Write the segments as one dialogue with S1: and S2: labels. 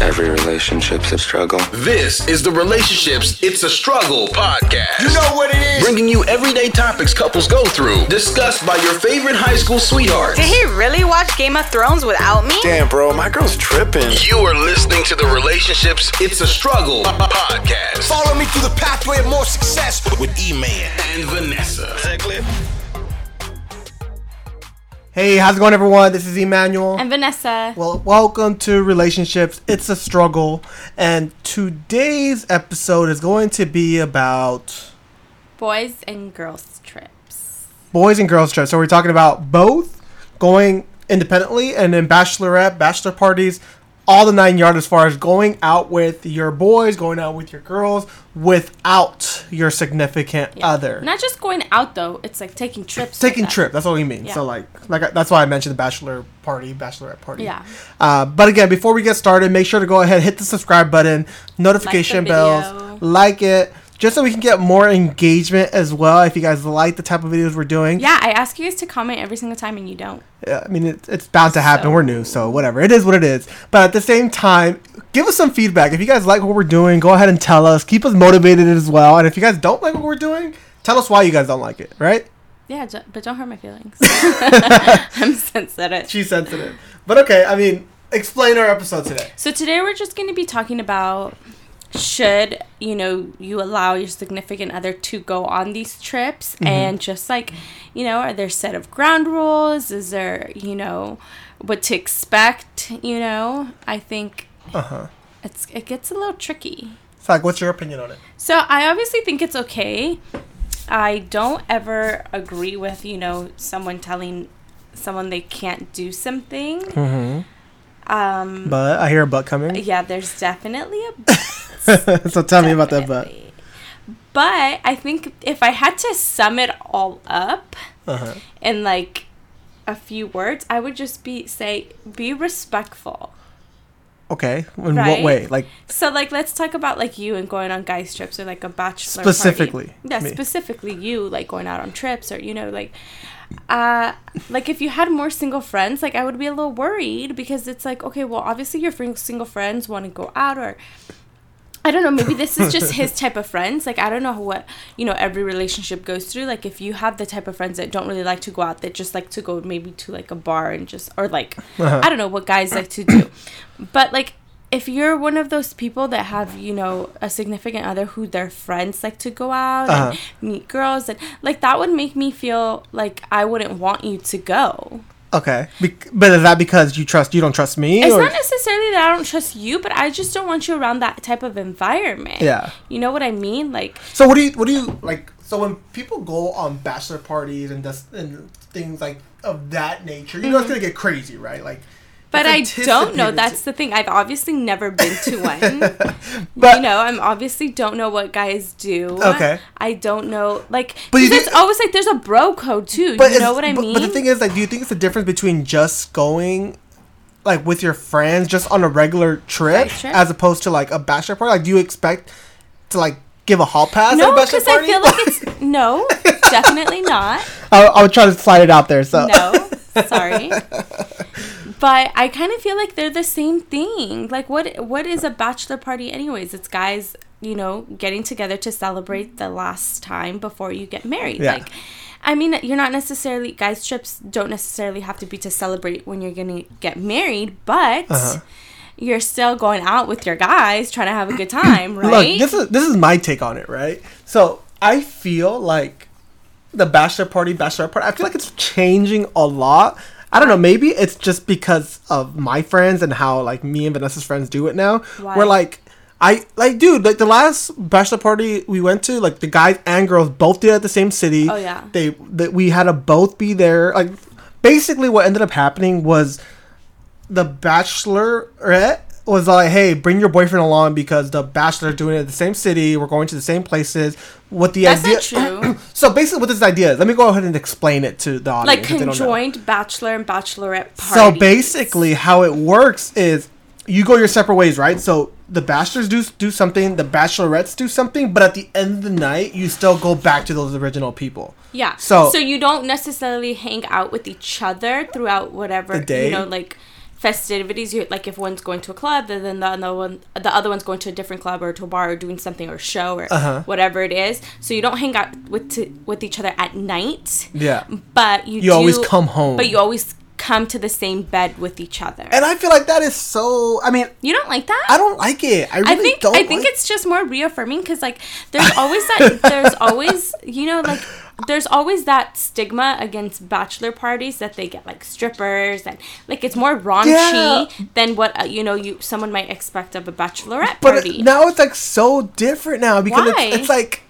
S1: Every relationship's a struggle.
S2: This is the Relationships It's a Struggle podcast.
S3: You know what it is?
S2: Bringing you everyday topics couples go through, discussed by your favorite high school sweethearts.
S4: Did he really watch Game of Thrones without me?
S3: Damn, bro, my girl's tripping.
S2: You are listening to the Relationships It's a Struggle podcast.
S3: Follow me through the pathway of more success with E-Man.
S2: And Vanessa.
S5: Hey, how's it going, everyone? This is Emmanuel.
S4: And Vanessa.
S5: well, welcome to Relationships. It's a struggle, and today's episode is going to be about
S4: Boys and girls trips.
S5: boys and girls trips. So we're talking about both going independently and then bachelorette, bachelor parties, all the nine yards as far as going out with your boys, going out with your girls without your significant
S4: Yeah.
S5: other.
S4: Not just going out though. It's like taking trips.
S5: Taking
S4: like that.
S5: trip. That's what we mean.
S4: Yeah.
S5: So like, like I- that's why I mentioned the bachelor party, bachelorette party.
S4: Yeah.
S5: Uh, but again, before we get started, make sure to go ahead, hit the subscribe button, notification
S4: video.
S5: bells, like it, just so we can get more engagement as well. If you guys like the type of videos we're doing,
S4: Yeah, I ask you guys to comment every single time and you don't.
S5: yeah, I mean, it, it's bound to happen.
S4: So-
S5: We're new, so whatever. It is what it is. But at the same time, give us some feedback. If you guys like what we're doing, go ahead and tell us. Keep us motivated as well. And if you guys don't like what we're doing, tell us why you guys don't like it. Right?
S4: Yeah, ju- but don't hurt my feelings. I'm sensitive.
S5: She's sensitive. But okay, I mean, explain our episode today.
S4: So today we're just going to be talking about should, you know, you allow your significant other to go on these trips and just like, you know, are there set of ground rules? Is there, you know, what to expect, you know? I think it's it gets a little tricky.
S5: It's like, what's your opinion on it?
S4: So I obviously think it's okay. I don't ever agree with, you know, someone telling someone they can't do something. Um
S5: But I hear a butt coming.
S4: yeah, there's definitely a
S5: so tell me about that butt.
S4: Definitely. But I think if I had to sum it all up
S5: Uh-huh.
S4: in like a few words, I would just be say be respectful.
S5: Okay. In what
S4: Right?
S5: way? Like,
S4: So like let's talk about like you and going on guys trips or like a bachelor party.
S5: Specifically,
S4: Yeah,
S5: me.
S4: specifically you like going out on trips or you know like uh like if you had more single friends, like I would be a little worried because it's like okay, well obviously your fr- single friends want to go out or I don't know, maybe this is just his type of friends. Like I don't know what, you know, every relationship goes through. Like if you have the type of friends that don't really like to go out, that just like to go maybe to like a bar and just or like
S5: Uh-huh.
S4: I don't know what guys like to do. But like if you're one of those people that have, you know, a significant other who their friends like to go out
S5: Uh-huh.
S4: and meet girls and like that would make me feel like I wouldn't want you to go.
S5: okay. Be- but is that because you trust, you don't trust me?
S4: It's
S5: or-
S4: not necessarily that I don't trust you, but I just don't want you around that type of environment.
S5: Yeah.
S4: You know what I mean? Like
S5: so what do you, what do you, like, so when people go on bachelor parties and, this, and things like of that nature, you know it's going
S4: Mm-hmm.
S5: to get crazy, right? Like,
S4: But I
S5: it's
S4: don't know.
S5: anticipated
S4: That's
S5: to-
S4: the thing. I've obviously never been to one.
S5: but,
S4: you know, I'm obviously don't know what guys do.
S5: Okay.
S4: I don't know. Like,
S5: But you
S4: 'cause
S5: did-
S4: it's always like there's a bro code too.
S5: But
S4: you
S5: is-
S4: know what I
S5: but-
S4: mean?
S5: But the thing is, like, do you think it's the difference between just going, like, with your friends, just on a regular trip,
S4: Right, sure.
S5: as opposed to like a bachelor party? Like, do you expect to like give a hall pass at a
S4: no,
S5: bachelor
S4: because I
S5: party?
S4: feel like it's no, definitely not.
S5: I, I would try to slide it out there. So
S4: No, sorry. But I kind of feel like they're the same thing. Like, what what is a bachelor party, anyways? It's guys, you know, getting together to celebrate the last time before you get married.
S5: Yeah.
S4: Like, I mean, you're not necessarily guys trips don't necessarily have to be to celebrate when you're gonna get married, but.
S5: Uh-huh.
S4: You're still going out with your guys, trying to have a good time,
S5: look,
S4: right?
S5: this is this is my take on it, right? So I feel like the bachelor party, bachelor party. I feel like it's changing a lot. I don't know. Maybe it's just because of my friends and how like me and Vanessa's friends do it now.
S4: Why?
S5: We're like. I like, dude. Like the last bachelor party we went to, like the guys and girls both did it at the same city.
S4: Oh, yeah.
S5: They that we had to both be there. Like basically, what ended up happening was the bachelorette was like, "Hey, bring your boyfriend along because the bachelor is doing it at the same city. We're going to the same places." What the
S4: That's
S5: idea?
S4: not true.
S5: so basically, what this idea is, let me go ahead and explain it to the audience.
S4: like
S5: if they don't know.
S4: conjoined bachelor and bachelorette parties.
S5: So basically, how it works is you go your separate ways, right? So the bachelors do do something, the bachelorettes do something, but at the end of the night, you still go back to those original people.
S4: Yeah.
S5: So-
S4: so you don't necessarily hang out with each other throughout whatever
S5: The day?
S4: you know, like festivities. You like if one's going to a club, and then the other one, the other one's going to a different club or to a bar or doing something or a show or
S5: Uh-huh.
S4: whatever it is. So you don't hang out with to, with each other at night.
S5: Yeah.
S4: But you
S5: You
S4: do-
S5: always come home.
S4: But you always come to the same bed with each other.
S5: And I feel like that is so. I mean,
S4: you don't like that?
S5: I don't like it. I really
S4: I think
S5: don't.
S4: I think
S5: like-
S4: it's just more reaffirming because like there's always that there's always you know like there's always that stigma against bachelor parties that they get like strippers and like it's more raunchy
S5: Yeah.
S4: than what uh, you know you someone might expect of a bachelorette
S5: But uh,
S4: party.
S5: it- now it's like so different now because
S4: Why?
S5: it's, it's like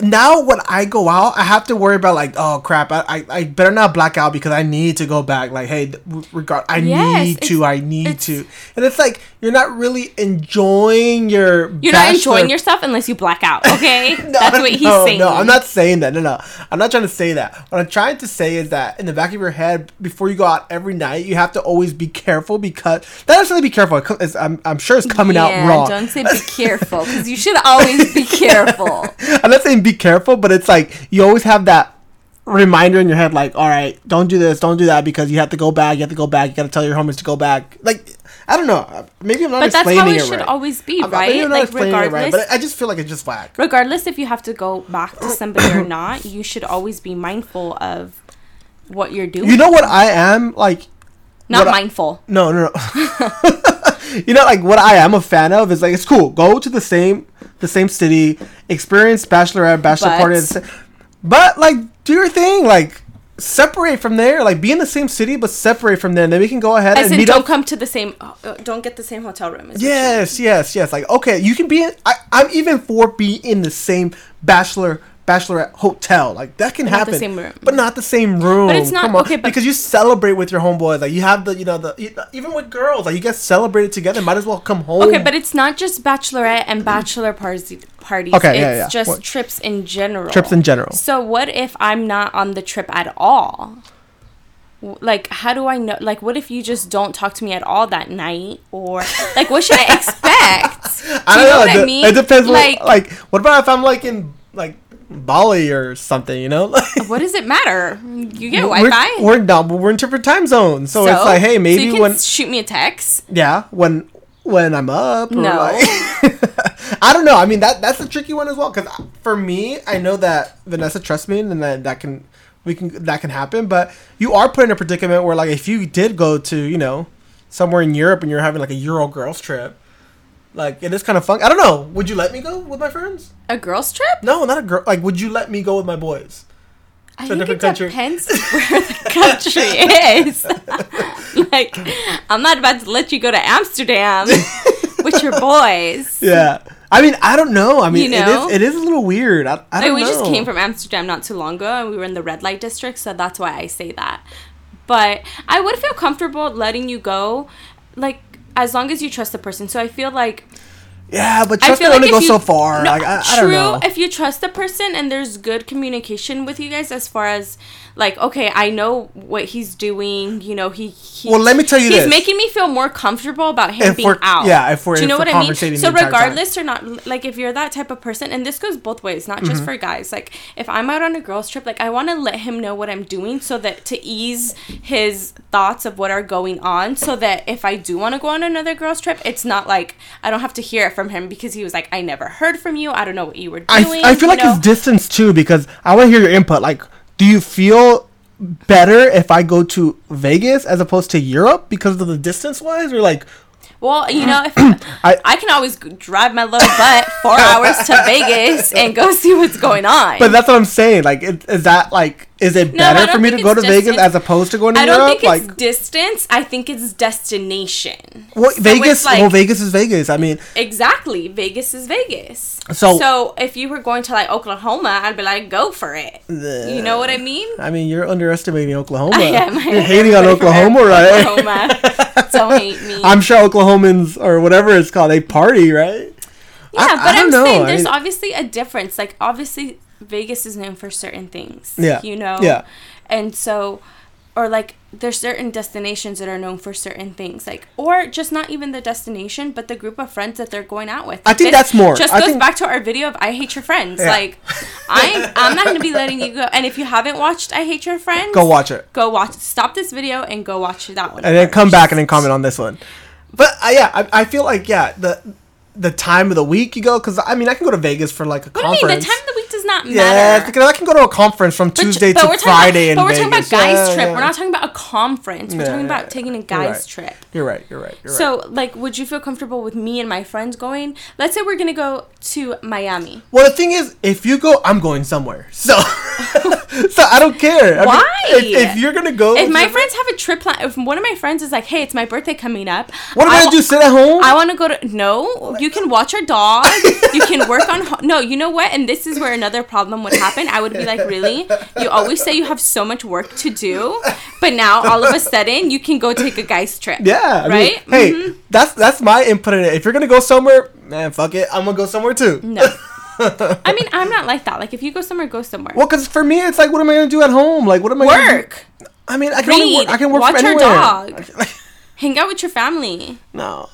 S5: now when I go out, I have to worry about like, oh crap, I, I, I better not black out because I need to go back. Like, hey, th- w- regard, I
S4: Yes,
S5: need
S4: it's-
S5: to, I need
S4: it's-
S5: to, and it's like you're not really enjoying your.
S4: You're not enjoying yourself unless you black out. Okay, that's what he's
S5: no,
S4: saying.
S5: No, I'm not saying that. No, no, I'm not trying to say that. What I'm trying to say is that in the back of your head, before you go out every night, you have to always be careful because not necessarily be careful. it co- it's- I'm, I'm sure it's coming out wrong.
S6: Don't say be careful because you should always be careful.
S5: I'm not saying be careful, but it's like you always have that reminder in your head, like, all right, don't do this, don't do that, because you have to go back, you have to go back, you got to tell your homies to go back. Like, I don't know. Maybe I'm not
S4: but that's
S5: explaining
S4: how it
S5: it
S4: should
S5: right.
S4: always be,
S5: I'm- maybe
S4: right?
S5: I'm not
S4: Like
S5: explaining
S4: regardless,
S5: it right, but I just feel like it's just whack.
S4: regardless if you have to go back to somebody or not, you should always be mindful of what you're doing.
S5: You know what I am like?
S4: not
S5: what I-
S4: mindful.
S5: No, no, no. you know, like what I am a fan of is like it's cool. Go to the same the same city, experience bachelorette, bachelor
S6: But-
S5: party, at the sa- but like do your thing, like separate from there, like be in the same city but separate from there. And then we can go ahead
S4: As
S5: and
S4: in,
S5: meet
S4: don't
S5: up.
S4: come to the same, uh, uh, don't get the same hotel room. As
S5: yes, yes, yes. Like okay, you can be. In, I I'm even for being in the same bachelor. Bachelorette hotel, like that can
S4: not the
S5: happen,
S4: same room.
S5: but not the same room.
S4: But it's not-
S5: Come on.
S4: okay, but-
S5: because you celebrate with your homeboys, like you have the, you know, the you- even with girls, like you guys celebrated together. Might as well come home.
S4: Okay, but it's not just bachelorette and bachelor party parties.
S5: Okay,
S4: it's
S5: yeah, yeah.
S4: just
S5: What-
S4: trips in general.
S5: Trips in general.
S4: So what if I'm not on the trip at all? W- Like, how do I know? Like, what if you just don't talk to me at all that night? Or like, what should I expect?
S5: I
S4: Do
S5: don't
S4: you know
S5: know.
S4: what I
S5: it, de-
S4: mean?
S5: it depends. Like,
S4: Like-
S5: what, like, what about if I'm like in like Bali or something? You know, like,
S4: what does it matter? You get
S5: we're,
S4: Wi-Fi.
S5: we're not, but we're in different time zones, so, it's like, hey,
S4: so
S5: maybe
S4: you can
S5: when,
S4: shoot me a text.
S5: yeah, when when I'm up. Or
S4: No.
S5: like- I don't know. I mean, that that's a tricky one as well. Because for me, I know that Vanessa trusts me, and that that can we can that can happen. But you are put in a predicament where, like, if you did go to you know somewhere in Europe and you're having like a Euro girls trip, like it is kind of fun. I don't know. Would you let me go with my friends?
S4: A girls trip?
S5: No, not a girl. Like, would you let me go with my boys?
S4: I
S5: to a
S4: think it
S5: different country.
S4: depends where the country is. like, I'm not about to let you go to Amsterdam with your boys.
S5: Yeah. I mean, I don't know. I mean,
S4: You know?
S5: it is it is a little weird. I, I
S4: Like,
S5: don't
S4: we
S5: know.
S4: just came from Amsterdam not too long ago, and we were in the red light district, so that's why I say that. But I would feel comfortable letting you go, like as long as you trust the person. So I feel like
S5: yeah, but trust
S4: I
S5: can
S4: feel like
S5: only
S4: if
S5: go
S4: you-
S5: so far.
S4: No,
S5: like, I, I don't know.
S4: If you trust the person and there's good communication with you guys, as far as like, okay, I know what he's doing. You know, he. he
S5: Well, let me tell you
S4: he's
S5: this.
S4: making me feel more comfortable about him
S5: If
S4: being
S5: we're-
S4: out.
S5: yeah, if we're-
S4: Do you
S5: if
S4: know
S5: we're
S4: what I mean?
S5: conversating
S4: So
S5: the entire time.
S4: regardless or not, like if you're that type of person, and this goes both ways, not
S5: Mm-hmm.
S4: just for guys. Like if I'm out on a girls trip, like I want to let him know what I'm doing so that to ease his thoughts of what are going on, so that if I do want to go on another girls trip, it's not like I don't have to hear it from him because he was like, I never heard from you. I don't know what you were doing.
S5: I, I feel
S4: you
S5: like
S4: know?
S5: it's distance too because I want to hear your input. Like, do you feel better if I go to Vegas as opposed to Europe because of the distance wise? Or like,
S4: Well, you know, if I, can always g- drive my little butt four hours to Vegas and go see what's going on.
S5: but that's what I'm saying. Like, it, is that like, is it
S4: No, I
S5: better
S4: don't
S5: for me to
S4: think
S5: go to
S4: it's
S5: Vegas
S4: distance.
S5: as opposed to going to
S4: I
S5: Europe?
S4: don't think
S5: like,
S4: it's distance. I think it's destination.
S5: what
S4: So
S5: Vegas?
S4: it's like-
S5: well, Vegas is Vegas. I mean,
S4: Exactly. Vegas is Vegas.
S5: So-
S4: so if you were going to like Oklahoma, I'd be like, go for it. You know what I mean?
S5: I mean, you're underestimating Oklahoma.
S4: am.
S5: You're hating on Oklahoma, right?
S4: Oklahoma. don't hate me.
S5: I'm sure Oklahomans or whatever it's called, they party, right?
S4: yeah,
S5: I- I
S4: but
S5: don't
S4: I'm
S5: know.
S4: saying
S5: I
S4: there's
S5: mean-
S4: obviously a difference. Like obviously Vegas is known for certain things.
S5: Yeah.
S4: You know?
S5: Yeah.
S4: And so or like there's certain destinations that are known for certain things, like or just not even the destination, but the group of friends that they're going out with.
S5: I think
S4: This
S5: that's more.
S4: Just
S5: I
S4: goes
S5: think-
S4: back to our video of "I Hate Your Friends."
S5: Yeah.
S4: Like, I I'm not gonna be letting you go. And if you haven't watched "I Hate Your Friends,"
S5: Go watch it.
S4: Go watch. Stop this video and go watch that one.
S5: and then
S4: first.
S5: come back and then comment on this one. But uh, yeah, I, I feel like yeah the the time of the week you go because I mean I can go to Vegas for like a
S4: What do
S5: conference.
S4: you mean? The time of the week does not
S5: yeah,
S4: matter.
S5: because I can go to a conference from
S4: But-
S5: Tuesday
S4: but
S5: to
S4: we're talking
S5: Friday in
S4: about, But we're
S5: Vegas.
S4: talking about guys'
S5: Yeah,
S4: trip.
S5: yeah.
S4: We're not talking about a conference. We're
S5: Yeah,
S4: talking
S5: yeah,
S4: about taking a
S5: You're
S4: guys'
S5: right.
S4: trip.
S5: You're right. You're right. You're right.
S4: So, like, would you feel comfortable with me and my friends going? Let's say we're gonna go to Miami.
S5: Well, the thing is, if you go, I'm going somewhere. So, so I don't care. I mean,
S4: Why?
S5: if, if you're gonna go,
S4: If my
S5: you're-
S4: friends have a trip plan, if one of my friends is like, "Hey, it's my birthday coming up,"
S5: what am I,
S4: I
S5: gonna
S4: wa-
S5: do? Sit at home?
S4: I want to go to no. You can watch our dog. you can work on ho- no. You know what? And this is where another problem would happen. I would be like, really? You always say you have so much work to do, but now all of a sudden you can go take a guy's trip.
S5: yeah. I mean,
S4: right.
S5: hey,
S4: Mhm.
S5: that's that's my input in it. If you're gonna go somewhere, man, fuck it. I'm gonna go somewhere too.
S4: No. I mean, I'm not like that. Like, if you go somewhere, go somewhere.
S5: Well, because for me, it's like, what am I gonna do at home? Like, what am I gonna do?
S4: work.
S5: I mean, I can only
S4: Read.
S5: work, I can work
S4: watch
S5: from
S4: your
S5: anywhere.
S4: dog. hang out with your family.
S5: No,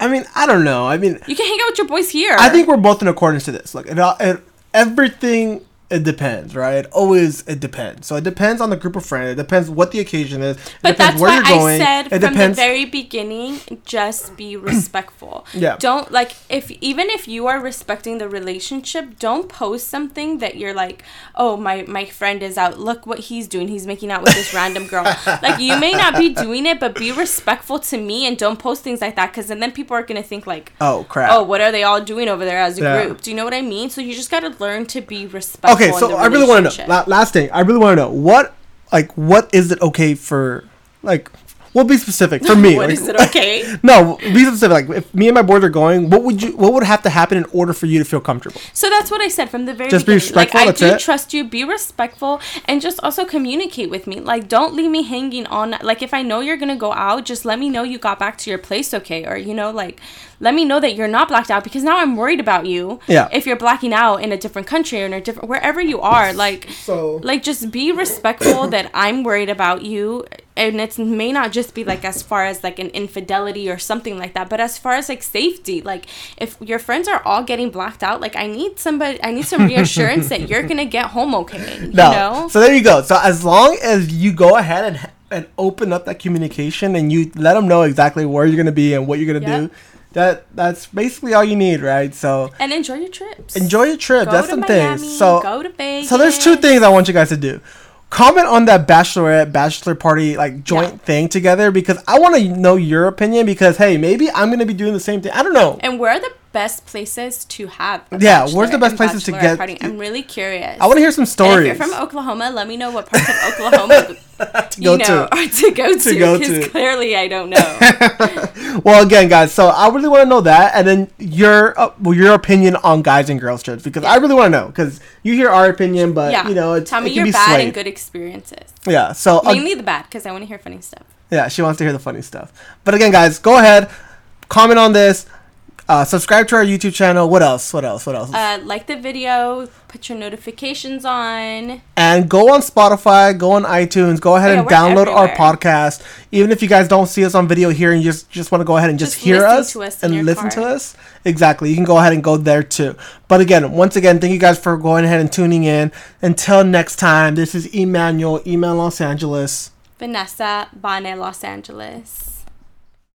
S5: I mean, I don't know. I mean,
S4: You can hang out with your boys here.
S5: I think we're both in accordance to this. Look, it, all- it, everything it depends, right? It always it depends. So it depends on the group of friends. It depends what the occasion is. It
S4: But
S5: depends
S4: that's
S5: where
S4: why
S5: you're going.
S4: I
S5: it
S4: said from
S5: depends.
S4: the very beginning, just be respectful.
S5: Yeah.
S4: Don't like if even if you are respecting the relationship, don't post something that you're like, oh my my friend is out. Look what he's doing. He's making out with this random girl. Like you may not be doing it, but be respectful to me and don't post things like that because then people are gonna think like,
S5: oh crap.
S4: oh, what are they all doing over there as a
S5: Yeah.
S4: group? Do you know what I mean? So you just gotta learn to be respectful.
S5: okay.
S4: in
S5: So
S4: the
S5: I really want to know.
S4: relationship.
S5: La- last thing, I really want to know what like what is it okay for like. We'll be specific for me.
S4: What
S5: like-
S4: is it okay?
S5: No, be specific. Like, if me and my boys are going, what would you? What would have to happen in order for you to feel comfortable?
S4: So that's what I said from the very
S5: Just be
S4: beginning.
S5: respectful,
S4: like I
S5: that's
S4: do
S5: it?
S4: trust you, be respectful and just also communicate with me. Like don't leave me hanging on like if I know you're gonna go out, just let me know you got back to your place okay or you know, like let me know that you're not blacked out because now I'm worried about you.
S5: Yeah.
S4: If you're blacking out in a different country or in a different wherever you are, like
S5: So-
S4: like just be respectful that I'm worried about you and it may not just be like as far as like an infidelity or something like that, but as far as like safety, like if your friends are all getting blacked out, like I need somebody I need some reassurance that you're gonna get home okay. You
S5: No.
S4: know?
S5: So there you go. So as long as you go ahead and and open up that communication and you let them know exactly where you're gonna be and what you're gonna
S4: Yep.
S5: do, that that's basically all you need, right? So
S4: and enjoy your trips.
S5: enjoy your trip.
S4: Go
S5: that's
S4: to
S5: some
S4: Miami,
S5: things. So
S4: go to Vegas.
S5: so there's two things I want you guys to do. Comment on that bachelorette bachelor party like joint
S4: Yeah.
S5: thing together because I want to know your opinion because hey maybe I'm gonna be doing the same thing I don't know
S4: And where are the best places to have? a
S5: Yeah, where's the
S4: bachelorette
S5: best
S4: and
S5: places to
S4: bachelorette
S5: get-
S4: Party? I'm really curious.
S5: I want to hear some
S4: And
S5: stories
S4: If you're from Oklahoma, let me know what parts of Oklahoma
S5: to go
S4: you know
S5: to.
S4: are to go to.
S5: go
S4: Because
S5: to.
S4: clearly, I don't know.
S5: Well, again, guys, so I really want to know that, and then your uh, well, your opinion on guys and girls trips because I really want to know because you hear our opinion, but
S4: yeah,
S5: you know, it's,
S4: tell me
S5: it
S4: your
S5: can be
S4: bad
S5: swayed.
S4: and good experiences.
S5: Yeah, so uh,
S4: Mainly the bad, because I want to hear funny stuff.
S5: yeah, she wants to hear the funny stuff. But again, guys, go ahead, comment on this, uh, subscribe to our YouTube channel. What else? What else? What else?
S4: Uh, like the video, put your notifications on.
S5: and go on Spotify, go on iTunes, go ahead
S4: Oh, Yeah,
S5: and
S4: we're
S5: download
S4: everywhere.
S5: our podcast. Even if you guys don't see us on video here and you just, just want to go ahead and just,
S4: Just
S5: hear
S4: listen
S5: us,
S4: to us in
S5: and
S4: your
S5: listen to
S4: car.
S5: us, exactly, you can go ahead and go there too. But again, once again, thank you guys for going ahead and tuning in. Until next time, this is Emmanuel, Email Los Angeles.
S4: Vanessa Bane Los Angeles.